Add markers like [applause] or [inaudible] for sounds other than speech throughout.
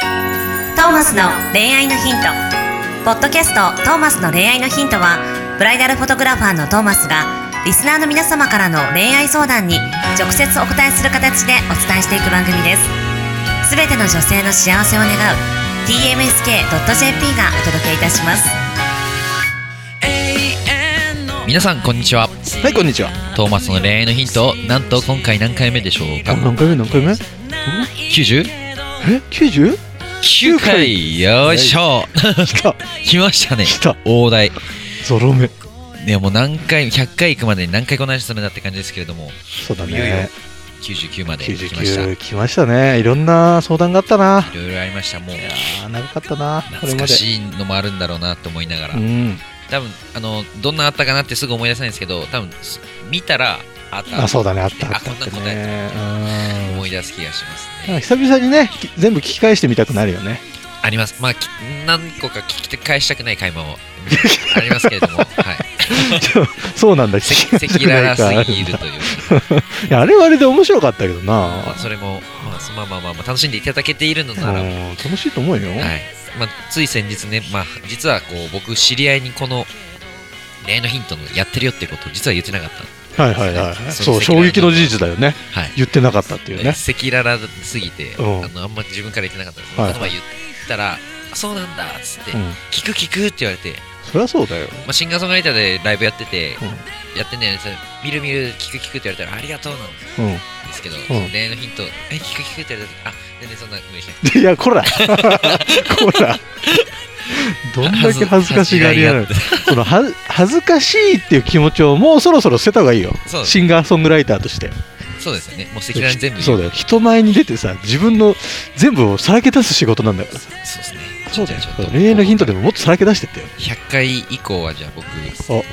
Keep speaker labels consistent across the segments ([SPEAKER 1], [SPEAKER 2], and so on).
[SPEAKER 1] トーマスの恋愛のヒント」ポッドキャスト「トーマスの恋愛のヒントは」ブライダルフォトグラファーのトーマスがリスナーの皆様からの恋愛相談に直接お答えする形でお伝えしていく番組ですすべての女性の幸せを願う tmsk.jp がお届けいたします
[SPEAKER 2] 皆さんこんにちは
[SPEAKER 3] はい、こんにちは。
[SPEAKER 2] トーマスの恋愛のヒントをなんと今回何回目でしょうか
[SPEAKER 3] 何回目何回目え
[SPEAKER 2] 99?9
[SPEAKER 3] [laughs] ?90?
[SPEAKER 2] 回よいしょ
[SPEAKER 3] 来た。
[SPEAKER 2] 来ましたね
[SPEAKER 3] 来た
[SPEAKER 2] 大台
[SPEAKER 3] ゾロ目。
[SPEAKER 2] ねもう何回100回行くまでに何回こなしたんだって感じですけれども
[SPEAKER 3] そうだ
[SPEAKER 2] いよいよ
[SPEAKER 3] ね。
[SPEAKER 2] 99まで来ましたい
[SPEAKER 3] 99来ましたね。いろんな相談があったな。
[SPEAKER 2] ろいろありましたもう
[SPEAKER 3] あー長かったな。これ
[SPEAKER 2] 懐
[SPEAKER 3] ま
[SPEAKER 2] か
[SPEAKER 3] で。
[SPEAKER 2] しいのもあるんだろうなと思いながら
[SPEAKER 3] うん。
[SPEAKER 2] 多分あのどんなあったかなってすぐ思い出せないんですけど多分す見たらあった
[SPEAKER 3] あ、そうだね。あったあ
[SPEAKER 2] あ
[SPEAKER 3] った
[SPEAKER 2] こんな
[SPEAKER 3] って
[SPEAKER 2] 答
[SPEAKER 3] ね
[SPEAKER 2] え。
[SPEAKER 3] うん。
[SPEAKER 2] 思い出す気がします
[SPEAKER 3] なんか
[SPEAKER 2] ね
[SPEAKER 3] 久々にね、き全部聞き返してみたくなるよ [laughs] ね。
[SPEAKER 2] ありますまあき何個か聞き返したくない会話も [laughs] ありますけれどもはい
[SPEAKER 3] そうなんだ。
[SPEAKER 2] せ
[SPEAKER 3] 聞
[SPEAKER 2] [laughs]
[SPEAKER 3] き
[SPEAKER 2] 赤
[SPEAKER 3] 返し
[SPEAKER 2] 裸
[SPEAKER 3] て [laughs] ない
[SPEAKER 2] 々
[SPEAKER 3] か
[SPEAKER 2] すぎるという
[SPEAKER 3] いやあれはあれで面白かったけど
[SPEAKER 2] まあ
[SPEAKER 3] な。
[SPEAKER 2] それも、まあ、そまあまあまあまあ楽しんでいただけているの
[SPEAKER 3] う
[SPEAKER 2] ならはい
[SPEAKER 3] ん楽しいと思うよ。
[SPEAKER 2] まあ、つい先日ね、まあ、実はこう僕知り合いにこの恋愛のヒントのやってるよってことを実は言ってなかった
[SPEAKER 3] はいはいはい。
[SPEAKER 2] そ
[SPEAKER 3] そうう、衝撃の事実だよね。
[SPEAKER 2] はい
[SPEAKER 3] 言ってなかったっていうね。
[SPEAKER 2] 赤裸々すぎて、
[SPEAKER 3] うん
[SPEAKER 2] あのあんま自分から言ってなかったんですけど、
[SPEAKER 3] はい
[SPEAKER 2] この前言ったら「そうなんだ」っつって、
[SPEAKER 3] うん。
[SPEAKER 2] 聞く聞く」って言われて、
[SPEAKER 3] そりゃそうだよ。
[SPEAKER 2] まあ、シンガーソングライターでライブやってて、
[SPEAKER 3] う
[SPEAKER 2] やってんだよねそれ見る見る聞く聞く」って言われたら「ありがとう」なん
[SPEAKER 3] うん。
[SPEAKER 2] ですけど、
[SPEAKER 3] ん
[SPEAKER 2] 恋愛のヒント「え聞く聞く」って言われたら「あ全然そんな嬉しい
[SPEAKER 3] い
[SPEAKER 2] [laughs]
[SPEAKER 3] や、こら、こら、どんだけ恥ずかしがり屋なの
[SPEAKER 2] 恥
[SPEAKER 3] そのは恥ずかしいっていう気持ちをもうそろそろ捨てた方がいいよ、
[SPEAKER 2] そう
[SPEAKER 3] シンガーソングライターとして。
[SPEAKER 2] そうですよねもう赤裸々に全部言
[SPEAKER 3] そうだよ、人前に出てさ、自分の全部をさらけ出す仕事なんだから、
[SPEAKER 2] そうですね
[SPEAKER 3] そうだよ
[SPEAKER 2] じゃあちょっと
[SPEAKER 3] 恋愛のヒントでももっとさらけ出してってよ。
[SPEAKER 2] 100回以降はじゃあ僕あの
[SPEAKER 3] お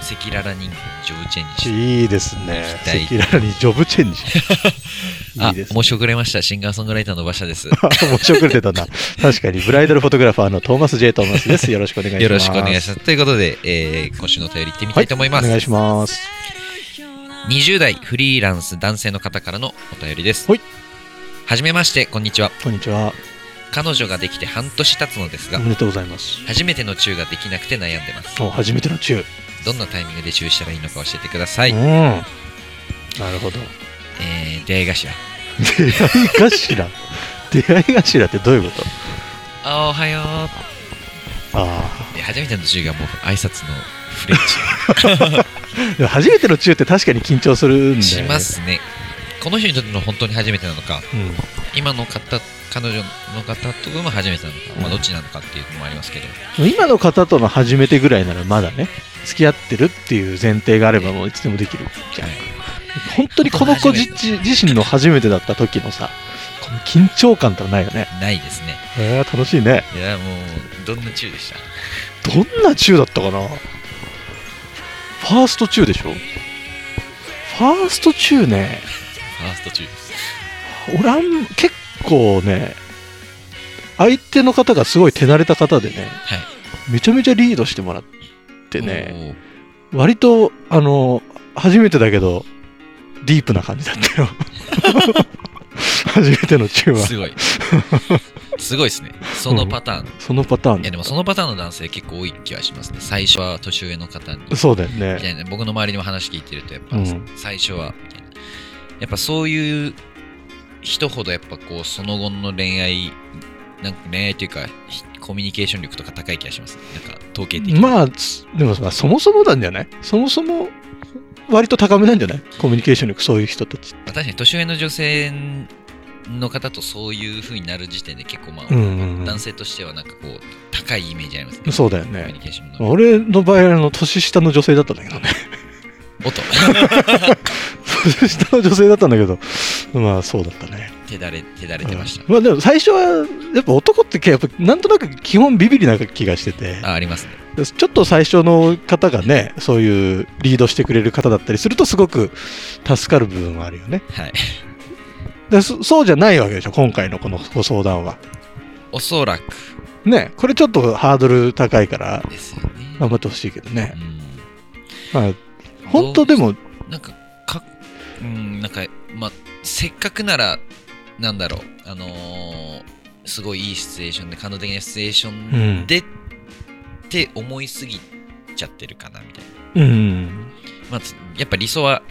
[SPEAKER 2] 赤裸々人間ジョブチェンジして
[SPEAKER 3] いいですね、
[SPEAKER 2] 行きたい
[SPEAKER 3] 赤裸々にジョブチェンジ。い
[SPEAKER 2] [laughs] あ
[SPEAKER 3] いですね
[SPEAKER 2] 申し遅れましたシンガーソングライターの馬車です
[SPEAKER 3] あ面白くれてたな。確かに、ブライダルフォトグラファーのトーマス・ジェイ・トーマスです。よろしくお願いします。
[SPEAKER 2] よろしくお願いしますということで、えー今週のお便りいってみたいと思います、
[SPEAKER 3] はい、お願いします。
[SPEAKER 2] 20代フリーランス男性の方からのお便りです
[SPEAKER 3] はい
[SPEAKER 2] はじめましてこんにちは
[SPEAKER 3] こんにちは。
[SPEAKER 2] 彼女ができて半年経つのです
[SPEAKER 3] お
[SPEAKER 2] が
[SPEAKER 3] めでとうございます。
[SPEAKER 2] 初めての中ができなくて悩んでます
[SPEAKER 3] お初めての中。
[SPEAKER 2] どんなタイミングで中したらいいのか教えてください、
[SPEAKER 3] うん。なるほど。
[SPEAKER 2] えー出会い頭
[SPEAKER 3] 出会い頭。出会い頭ってどういうこと
[SPEAKER 2] あーおはよ
[SPEAKER 3] あ
[SPEAKER 2] うで初めての中がもう挨拶のフレンチ
[SPEAKER 3] あ。でも初めての中って確かに緊張するんだよ、
[SPEAKER 2] [laughs]
[SPEAKER 3] ね。
[SPEAKER 2] しま。すね。この人にとっての本当に初めてなのか、
[SPEAKER 3] うん。
[SPEAKER 2] 今の方、彼女の方とも初めてなのか、まあ、どっちなのかっていうのもありますけど、
[SPEAKER 3] でも今の方との初めてぐらいならまだね、付き合ってるっていう前提があればもういつでもできるじゃん。本当にこの子自自身の初めてだった時のさ、この緊張感ってのはないよね。
[SPEAKER 2] ないですね。
[SPEAKER 3] えー、楽しいね。
[SPEAKER 2] いや、もう、どんな中でした
[SPEAKER 3] どんな中だったかなファースト中でしょファースト中ね。
[SPEAKER 2] ファースト中です。
[SPEAKER 3] 俺あん結構ね相手の方がすごい手慣れた方でね
[SPEAKER 2] はい。
[SPEAKER 3] めちゃめちゃリードしてもらってね
[SPEAKER 2] ね
[SPEAKER 3] 割とあの初めてだけどディープな感じだっ
[SPEAKER 2] [laughs]
[SPEAKER 3] たよ初めての中は
[SPEAKER 2] すごい。すごいですね。そのパターン。
[SPEAKER 3] そのパターン
[SPEAKER 2] いや、でもそのパターンの男性結構多い気がしますね。最初は年上の方に。
[SPEAKER 3] そうだよ
[SPEAKER 2] み
[SPEAKER 3] ね
[SPEAKER 2] たいな僕の周りにも話聞いてるとやっぱ、
[SPEAKER 3] うん
[SPEAKER 2] 最初はみたいなやっぱそういう人ほどやっぱこうその後の恋愛なんか恋愛というかひコミュニケーション力とか高い気がしますなんか統計的に、
[SPEAKER 3] まあつでもさそもそもなんじゃないそもそも割と高めなんじゃないコミュニケーション力そういう人たち
[SPEAKER 2] まあ確かに年上の女性の方とそういう風になる時点で結構まあ、
[SPEAKER 3] うんうんうん
[SPEAKER 2] 男性としてはなんかこう高いイメージありますね
[SPEAKER 3] そうだよ
[SPEAKER 2] コミュニ
[SPEAKER 3] ね
[SPEAKER 2] ケーションの
[SPEAKER 3] 俺の場合あの年下の女性だったんだけどね [laughs]
[SPEAKER 2] 音
[SPEAKER 3] 下の女性だったんだけどまあそうだったね、
[SPEAKER 2] 手だれ手だれてました、
[SPEAKER 3] うんまあでも最初はやっぱ男ってやっぱなんとなく基本ビビりな気がしてて
[SPEAKER 2] あありますね
[SPEAKER 3] ちょっと最初の方がねそういうリードしてくれる方だったりするとすごく助かる部分はあるよね
[SPEAKER 2] はい
[SPEAKER 3] でそそうじゃないわけでしょ今回のこのご相談は
[SPEAKER 2] おそらく
[SPEAKER 3] ねこれちょっとハードル高いから
[SPEAKER 2] ですよね、
[SPEAKER 3] 頑張ってほしいけどね、
[SPEAKER 2] うん
[SPEAKER 3] まあ、本当でも
[SPEAKER 2] なんか、か、うん、なんか、まあ、せっかくなら、なんだろう、あのーすごいいいシチュエーションで感動的なシチュエーショ
[SPEAKER 3] う
[SPEAKER 2] ン
[SPEAKER 3] ん。
[SPEAKER 2] で、って思いすぎちゃってるかなみたいな、
[SPEAKER 3] うん。
[SPEAKER 2] まあ、つやっぱ理想は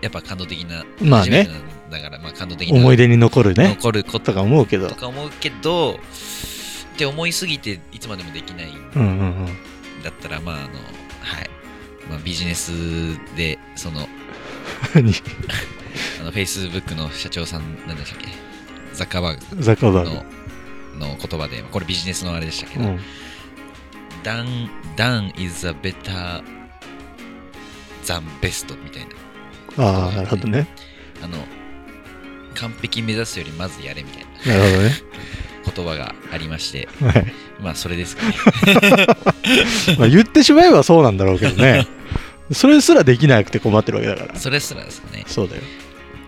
[SPEAKER 2] やっぱ感動的な
[SPEAKER 3] まあね
[SPEAKER 2] 初めてなんだから、まあ、感動的な
[SPEAKER 3] 思い出に残るね。
[SPEAKER 2] 残ること
[SPEAKER 3] とか思うけど
[SPEAKER 2] と。か思うけどって思いすぎていつまでもできないん
[SPEAKER 3] うんうん
[SPEAKER 2] だったらまああのはい、まあ、ビジネスでその
[SPEAKER 3] うん。
[SPEAKER 2] あのフェイスブックの社長さんなんでしたっけザッカーバーグ
[SPEAKER 3] ザカバー
[SPEAKER 2] のの言葉でこれビジネスのあれでしたけ
[SPEAKER 3] グ。う
[SPEAKER 2] ど、
[SPEAKER 3] ん。
[SPEAKER 2] done, done is a better than best みたいな
[SPEAKER 3] ああ、なるほどね。
[SPEAKER 2] あの完璧目指すよりまずやれみたいな
[SPEAKER 3] なるほどね。
[SPEAKER 2] 言葉がありまして
[SPEAKER 3] はい。
[SPEAKER 2] まあそれですか
[SPEAKER 3] [laughs]
[SPEAKER 2] ね
[SPEAKER 3] まあ言ってしまえばそうなんだろうけど [laughs] ね。それすらできなくて困ってるわけだから。
[SPEAKER 2] それすらですかね
[SPEAKER 3] そうだよ。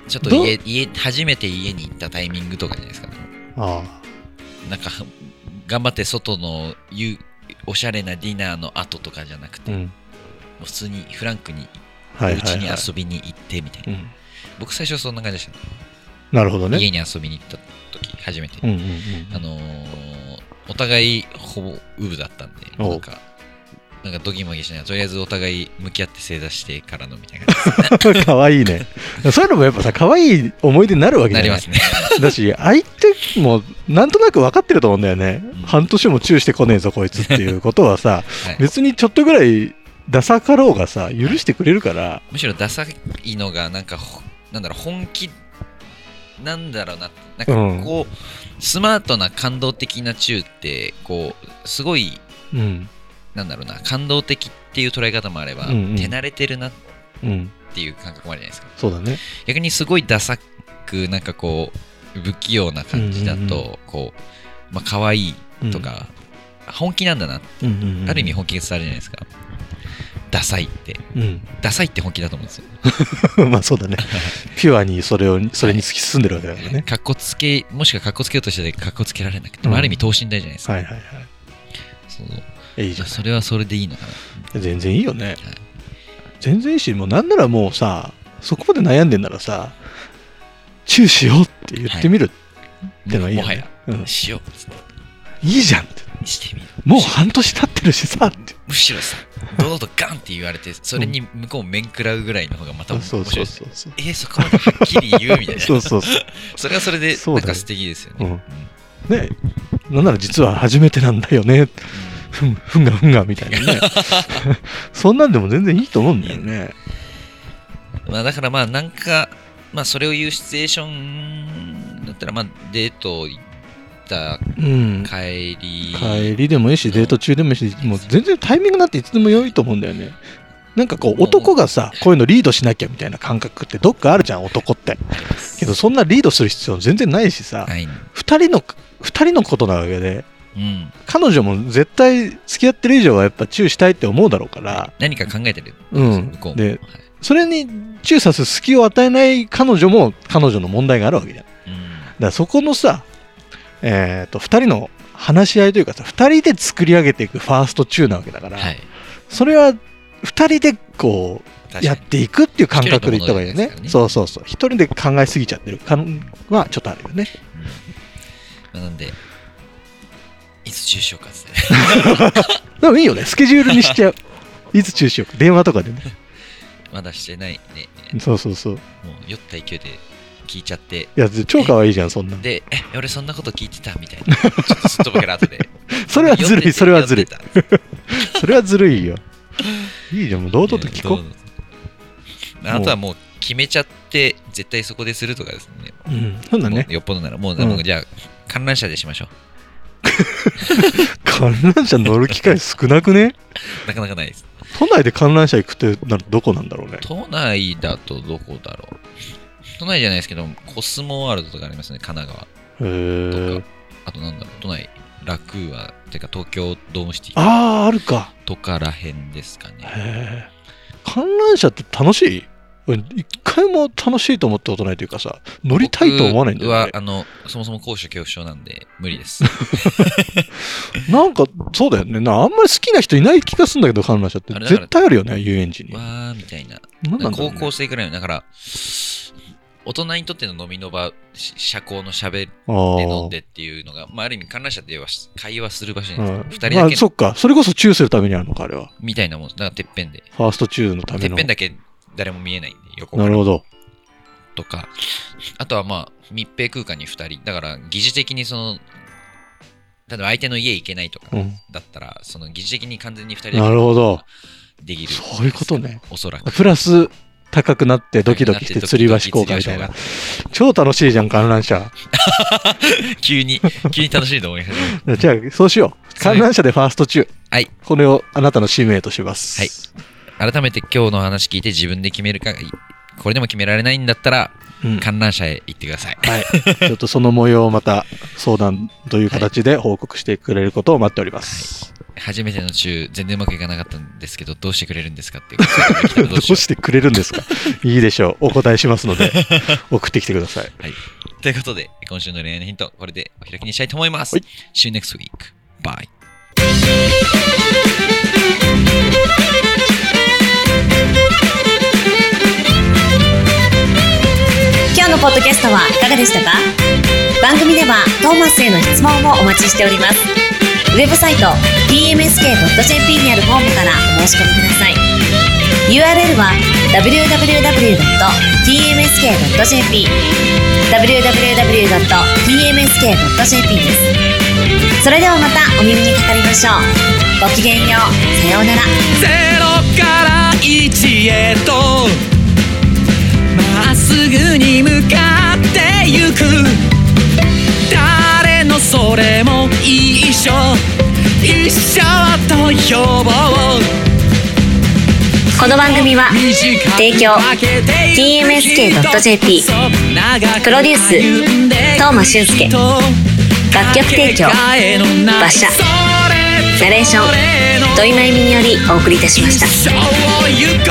[SPEAKER 2] ちょっと
[SPEAKER 3] ど
[SPEAKER 2] 家家初めて家に行ったタイミングとかじゃないですかね
[SPEAKER 3] あ
[SPEAKER 2] なんか頑張って外のゆおしゃれなディナーの後とかじゃなく
[SPEAKER 3] あ。う
[SPEAKER 2] て、も
[SPEAKER 3] ん。
[SPEAKER 2] う普通にフランクに
[SPEAKER 3] はいうは
[SPEAKER 2] ち
[SPEAKER 3] い、
[SPEAKER 2] に
[SPEAKER 3] はい。
[SPEAKER 2] 遊びに行ってみたいな、
[SPEAKER 3] うん、
[SPEAKER 2] 僕最初そんな感じでした、
[SPEAKER 3] なるほどね。
[SPEAKER 2] 家に遊びに行った時初めて、
[SPEAKER 3] うんうんうん。
[SPEAKER 2] あのーお互いほぼウブだったんで
[SPEAKER 3] おう
[SPEAKER 2] なんかなんかドギマギしないとりあえずお互い向き合って正座してからのみたいな感
[SPEAKER 3] [laughs] かわいいね。そういうのもやっぱさ、かわいい思い出になるわ
[SPEAKER 2] じ
[SPEAKER 3] け
[SPEAKER 2] にな
[SPEAKER 3] だ
[SPEAKER 2] り
[SPEAKER 3] よ
[SPEAKER 2] ま
[SPEAKER 3] ね。
[SPEAKER 2] すね
[SPEAKER 3] だし、相手もなんとなく分かってると思うんだよね。
[SPEAKER 2] うん
[SPEAKER 3] 半年もチューしてこねえぞ、こいつっていうこと [laughs]
[SPEAKER 2] [laughs]
[SPEAKER 3] はさ、
[SPEAKER 2] はい
[SPEAKER 3] 別にちょっとぐらいダサかろうがさ、許してくれるから、
[SPEAKER 2] むしろダサいのがなんかほなんだろう本気なんだろうななん
[SPEAKER 3] うん
[SPEAKER 2] かこう、スマートな感動的なチューってこうすごい
[SPEAKER 3] うん。
[SPEAKER 2] なんだろうな感動的っていう捉え方もあれば、
[SPEAKER 3] うんうん
[SPEAKER 2] 手慣れてるなっ
[SPEAKER 3] うん。
[SPEAKER 2] ていう感覚もあるじゃないですか
[SPEAKER 3] そうだね。
[SPEAKER 2] 逆にすごいダサくなんかこう不器用な感じだと、
[SPEAKER 3] うんうん
[SPEAKER 2] こうまあ可愛い
[SPEAKER 3] うん
[SPEAKER 2] と、か、本気なんだな、
[SPEAKER 3] うんうんうん
[SPEAKER 2] ある意味、本気が伝わるじゃないですかダサいって
[SPEAKER 3] う
[SPEAKER 2] ダサいって本気だと思うんですよ
[SPEAKER 3] ん。 [laughs] まあそう
[SPEAKER 2] [laughs]
[SPEAKER 3] だね。ピュアにそれを、それに突き進んでるわけだからね。
[SPEAKER 2] かっこつけもしくはかっこつけようとしてかっこつけられなくて、
[SPEAKER 3] うん
[SPEAKER 2] ある意味等身大じゃないですか、
[SPEAKER 3] はいはいはい
[SPEAKER 2] そう
[SPEAKER 3] え。いいじ
[SPEAKER 2] じ
[SPEAKER 3] ゃ
[SPEAKER 2] ゃあ
[SPEAKER 3] ん。
[SPEAKER 2] それはそれでいいのかな
[SPEAKER 3] 全然いいよね。全然いいし、もうなんならもうさ、そこまで悩んでんならさ、チューしようって言ってみるってのはいい
[SPEAKER 2] も
[SPEAKER 3] よ
[SPEAKER 2] は
[SPEAKER 3] ね
[SPEAKER 2] や。
[SPEAKER 3] うん
[SPEAKER 2] しようっつって
[SPEAKER 3] いいじゃんって。
[SPEAKER 2] してみる
[SPEAKER 3] もう半年経ってるしさって。
[SPEAKER 2] むしろさ堂々とガンって言われてそれに向こう面食らうぐらいの方がまた面
[SPEAKER 3] そ
[SPEAKER 2] 白
[SPEAKER 3] う
[SPEAKER 2] い
[SPEAKER 3] そう
[SPEAKER 2] です
[SPEAKER 3] そうそう。
[SPEAKER 2] えーそこまではっきり言うみたいな
[SPEAKER 3] そうそうそ
[SPEAKER 2] それはそれで
[SPEAKER 3] そう
[SPEAKER 2] なん
[SPEAKER 3] だよ
[SPEAKER 2] か素敵ですよね
[SPEAKER 3] うんう。ねなんなら実は初めてなんだよね。ふん、ふんがふんがみたいな [laughs] ね。そんなんでも全然いいと思うんだよね。
[SPEAKER 2] うんまあ、だからまあなんか、まあ、それを言うシチュエーションだったらまあデート行った
[SPEAKER 3] うん。
[SPEAKER 2] 帰り
[SPEAKER 3] 帰りでもいいし、デート中でもいいし、もう全然タイミングなんていつでも良いと思うんだよね。なんかこう、男がさ、こういうのリードしなきゃみたいな感覚ってどっかあるじゃん、男って。けど、そんなリードする必要全然ないしさ、
[SPEAKER 2] はい、
[SPEAKER 3] 二人の、二人のことなわけで、
[SPEAKER 2] うん、
[SPEAKER 3] 彼女も絶対付き合ってる以上はやっぱチューしたいって思うだろうから、
[SPEAKER 2] 何か考えてる、
[SPEAKER 3] うん
[SPEAKER 2] 向こうも
[SPEAKER 3] で
[SPEAKER 2] はい
[SPEAKER 3] それにチューさす隙を与えない彼女も彼女の問題があるわけじゃん。だか
[SPEAKER 2] うん
[SPEAKER 3] らそこのさ、えっ、と、二人の話し合いというかさ、二人で作り上げていくファーストチューなわけだから、
[SPEAKER 2] はい、
[SPEAKER 3] それは二人でこ
[SPEAKER 2] 確か
[SPEAKER 3] う
[SPEAKER 2] に
[SPEAKER 3] やっていくっていう感覚でいった方がいいよね
[SPEAKER 2] 一人のものじゃないですからね
[SPEAKER 3] そうそうそう一人で考えすぎちゃってる感はちょっとあるよね
[SPEAKER 2] うんまあなんでいつ中傷かっつって
[SPEAKER 3] でもいいよねスケジュールにしちゃういつ中止しようか電話とかでね
[SPEAKER 2] [laughs] まだしてないね
[SPEAKER 3] そうそうそうい
[SPEAKER 2] もう酔った勢いで聞いちゃって
[SPEAKER 3] や超可愛いじゃんそんなの
[SPEAKER 2] でえ俺そんなこと聞いてたみたいなちょっとすっとぼける後で
[SPEAKER 3] [laughs] それはずるいそれはずるい
[SPEAKER 2] 酔って
[SPEAKER 3] それはずる
[SPEAKER 2] [laughs]
[SPEAKER 3] いよいいじゃんもう堂々と聞
[SPEAKER 2] ど
[SPEAKER 3] こ
[SPEAKER 2] うぞあとはもう決めちゃって絶対そこでするとかですね
[SPEAKER 3] う、うん、そうだね
[SPEAKER 2] もうよっぽどならもう、
[SPEAKER 3] うん
[SPEAKER 2] じゃあ観覧車でしましょ
[SPEAKER 3] 観覧車乗る機会少なくね
[SPEAKER 2] うなかなかないです
[SPEAKER 3] 都内で観覧車行くってなるどこなんだろうね
[SPEAKER 2] 都内だとどこだろう都内じゃないですけどコスモワールドとかありますね神奈川
[SPEAKER 3] へ
[SPEAKER 2] と
[SPEAKER 3] ー
[SPEAKER 2] かあとなんだろう都内ラクーアてか東京ドームシティ
[SPEAKER 3] あああるか
[SPEAKER 2] とからへんですかね
[SPEAKER 3] へえ観覧車って楽しい俺一回も楽しいと思ったことないというかさ乗りたいと思わないんだ
[SPEAKER 2] 僕
[SPEAKER 3] よ
[SPEAKER 2] は
[SPEAKER 3] ね
[SPEAKER 2] あのそもそも高所恐怖症なんで無理です
[SPEAKER 3] なんかそうだよねなあんまり好きな人いない気がするんだけど観覧車って
[SPEAKER 2] あれだから
[SPEAKER 3] 絶対あるよね遊園地に
[SPEAKER 2] わーみたいな
[SPEAKER 3] なんなんだろう
[SPEAKER 2] 高
[SPEAKER 3] ね
[SPEAKER 2] 校生くらいのだから大人にとっての飲みの場、し社交のしゃべっ
[SPEAKER 3] あ
[SPEAKER 2] て飲ん
[SPEAKER 3] ー
[SPEAKER 2] でっていうのが、まあ、ある意味観覧車では会話する場所じゃ
[SPEAKER 3] う
[SPEAKER 2] ない
[SPEAKER 3] ん
[SPEAKER 2] ですか。二、
[SPEAKER 3] ま
[SPEAKER 2] 人
[SPEAKER 3] あ、
[SPEAKER 2] だけ
[SPEAKER 3] そっか。それこそチューするためにあるのか、あれは。
[SPEAKER 2] みたいなもん、だからてっぺんで。
[SPEAKER 3] ファーストチューのた
[SPEAKER 2] て
[SPEAKER 3] め
[SPEAKER 2] っ
[SPEAKER 3] の。
[SPEAKER 2] ぺんだけ誰も見えないんで、横か
[SPEAKER 3] なる
[SPEAKER 2] ら
[SPEAKER 3] ほど。
[SPEAKER 2] とか、あとはまあ、密閉空間に二人、だから疑似的にその、例えば相手の家行けないとか
[SPEAKER 3] うん。
[SPEAKER 2] だったら、その疑似的に完全に二人だけ
[SPEAKER 3] なるほど。
[SPEAKER 2] できる。
[SPEAKER 3] そういうことね。
[SPEAKER 2] おそらく。
[SPEAKER 3] プラス、高くなってドキドキして吊り橋効果みたいな。超楽しいじゃん、観覧車。
[SPEAKER 2] 急に、急に楽しいと思い始める。
[SPEAKER 3] [laughs] じゃあ、そうしよう。観覧車でファーストチュー。
[SPEAKER 2] はい。
[SPEAKER 3] これをあなたの使命とします。
[SPEAKER 2] はい改めて今日の話聞いて自分で決めるか、いこれでも決められないんだったら、
[SPEAKER 3] うん
[SPEAKER 2] 観覧車へ行ってください。
[SPEAKER 3] はい。ちょっとその模様をまた相談という形で報告してくれることを待っております。
[SPEAKER 2] 初めての中、全然うまくいかなかったんですけど、どうしてくれるんですかっていうことが来たらど
[SPEAKER 3] どう
[SPEAKER 2] うしよ
[SPEAKER 3] [laughs] してくれるんですかいいでしょう。お答えします
[SPEAKER 2] [laughs]
[SPEAKER 3] ので、送ってきてください。
[SPEAKER 2] う。ということで、今週の恋愛のヒント、これでお開きにしたいと思います。
[SPEAKER 3] はい
[SPEAKER 2] See you next week. Bye.
[SPEAKER 1] 「今日のポッドキャストはいかがでしたか番組ではトーマスへの質問もお待ちしておりますウェブサイト tmsk.jp にあるフォームからお申し込みください URL は www.tmsk.jp www.tmsk.jp ですそれではまたお耳にかかりましょうごきげんようさようなら
[SPEAKER 4] ゼロから一へとまっすぐに向かってゆく誰のそれも一緒一緒と呼ぼう
[SPEAKER 1] この番組は提供 TMSK.jp プロデュース東間俊介楽曲提供馬車
[SPEAKER 4] ナ
[SPEAKER 1] ナレーション土井真由美によりお送りいたしました
[SPEAKER 4] 一生を行こ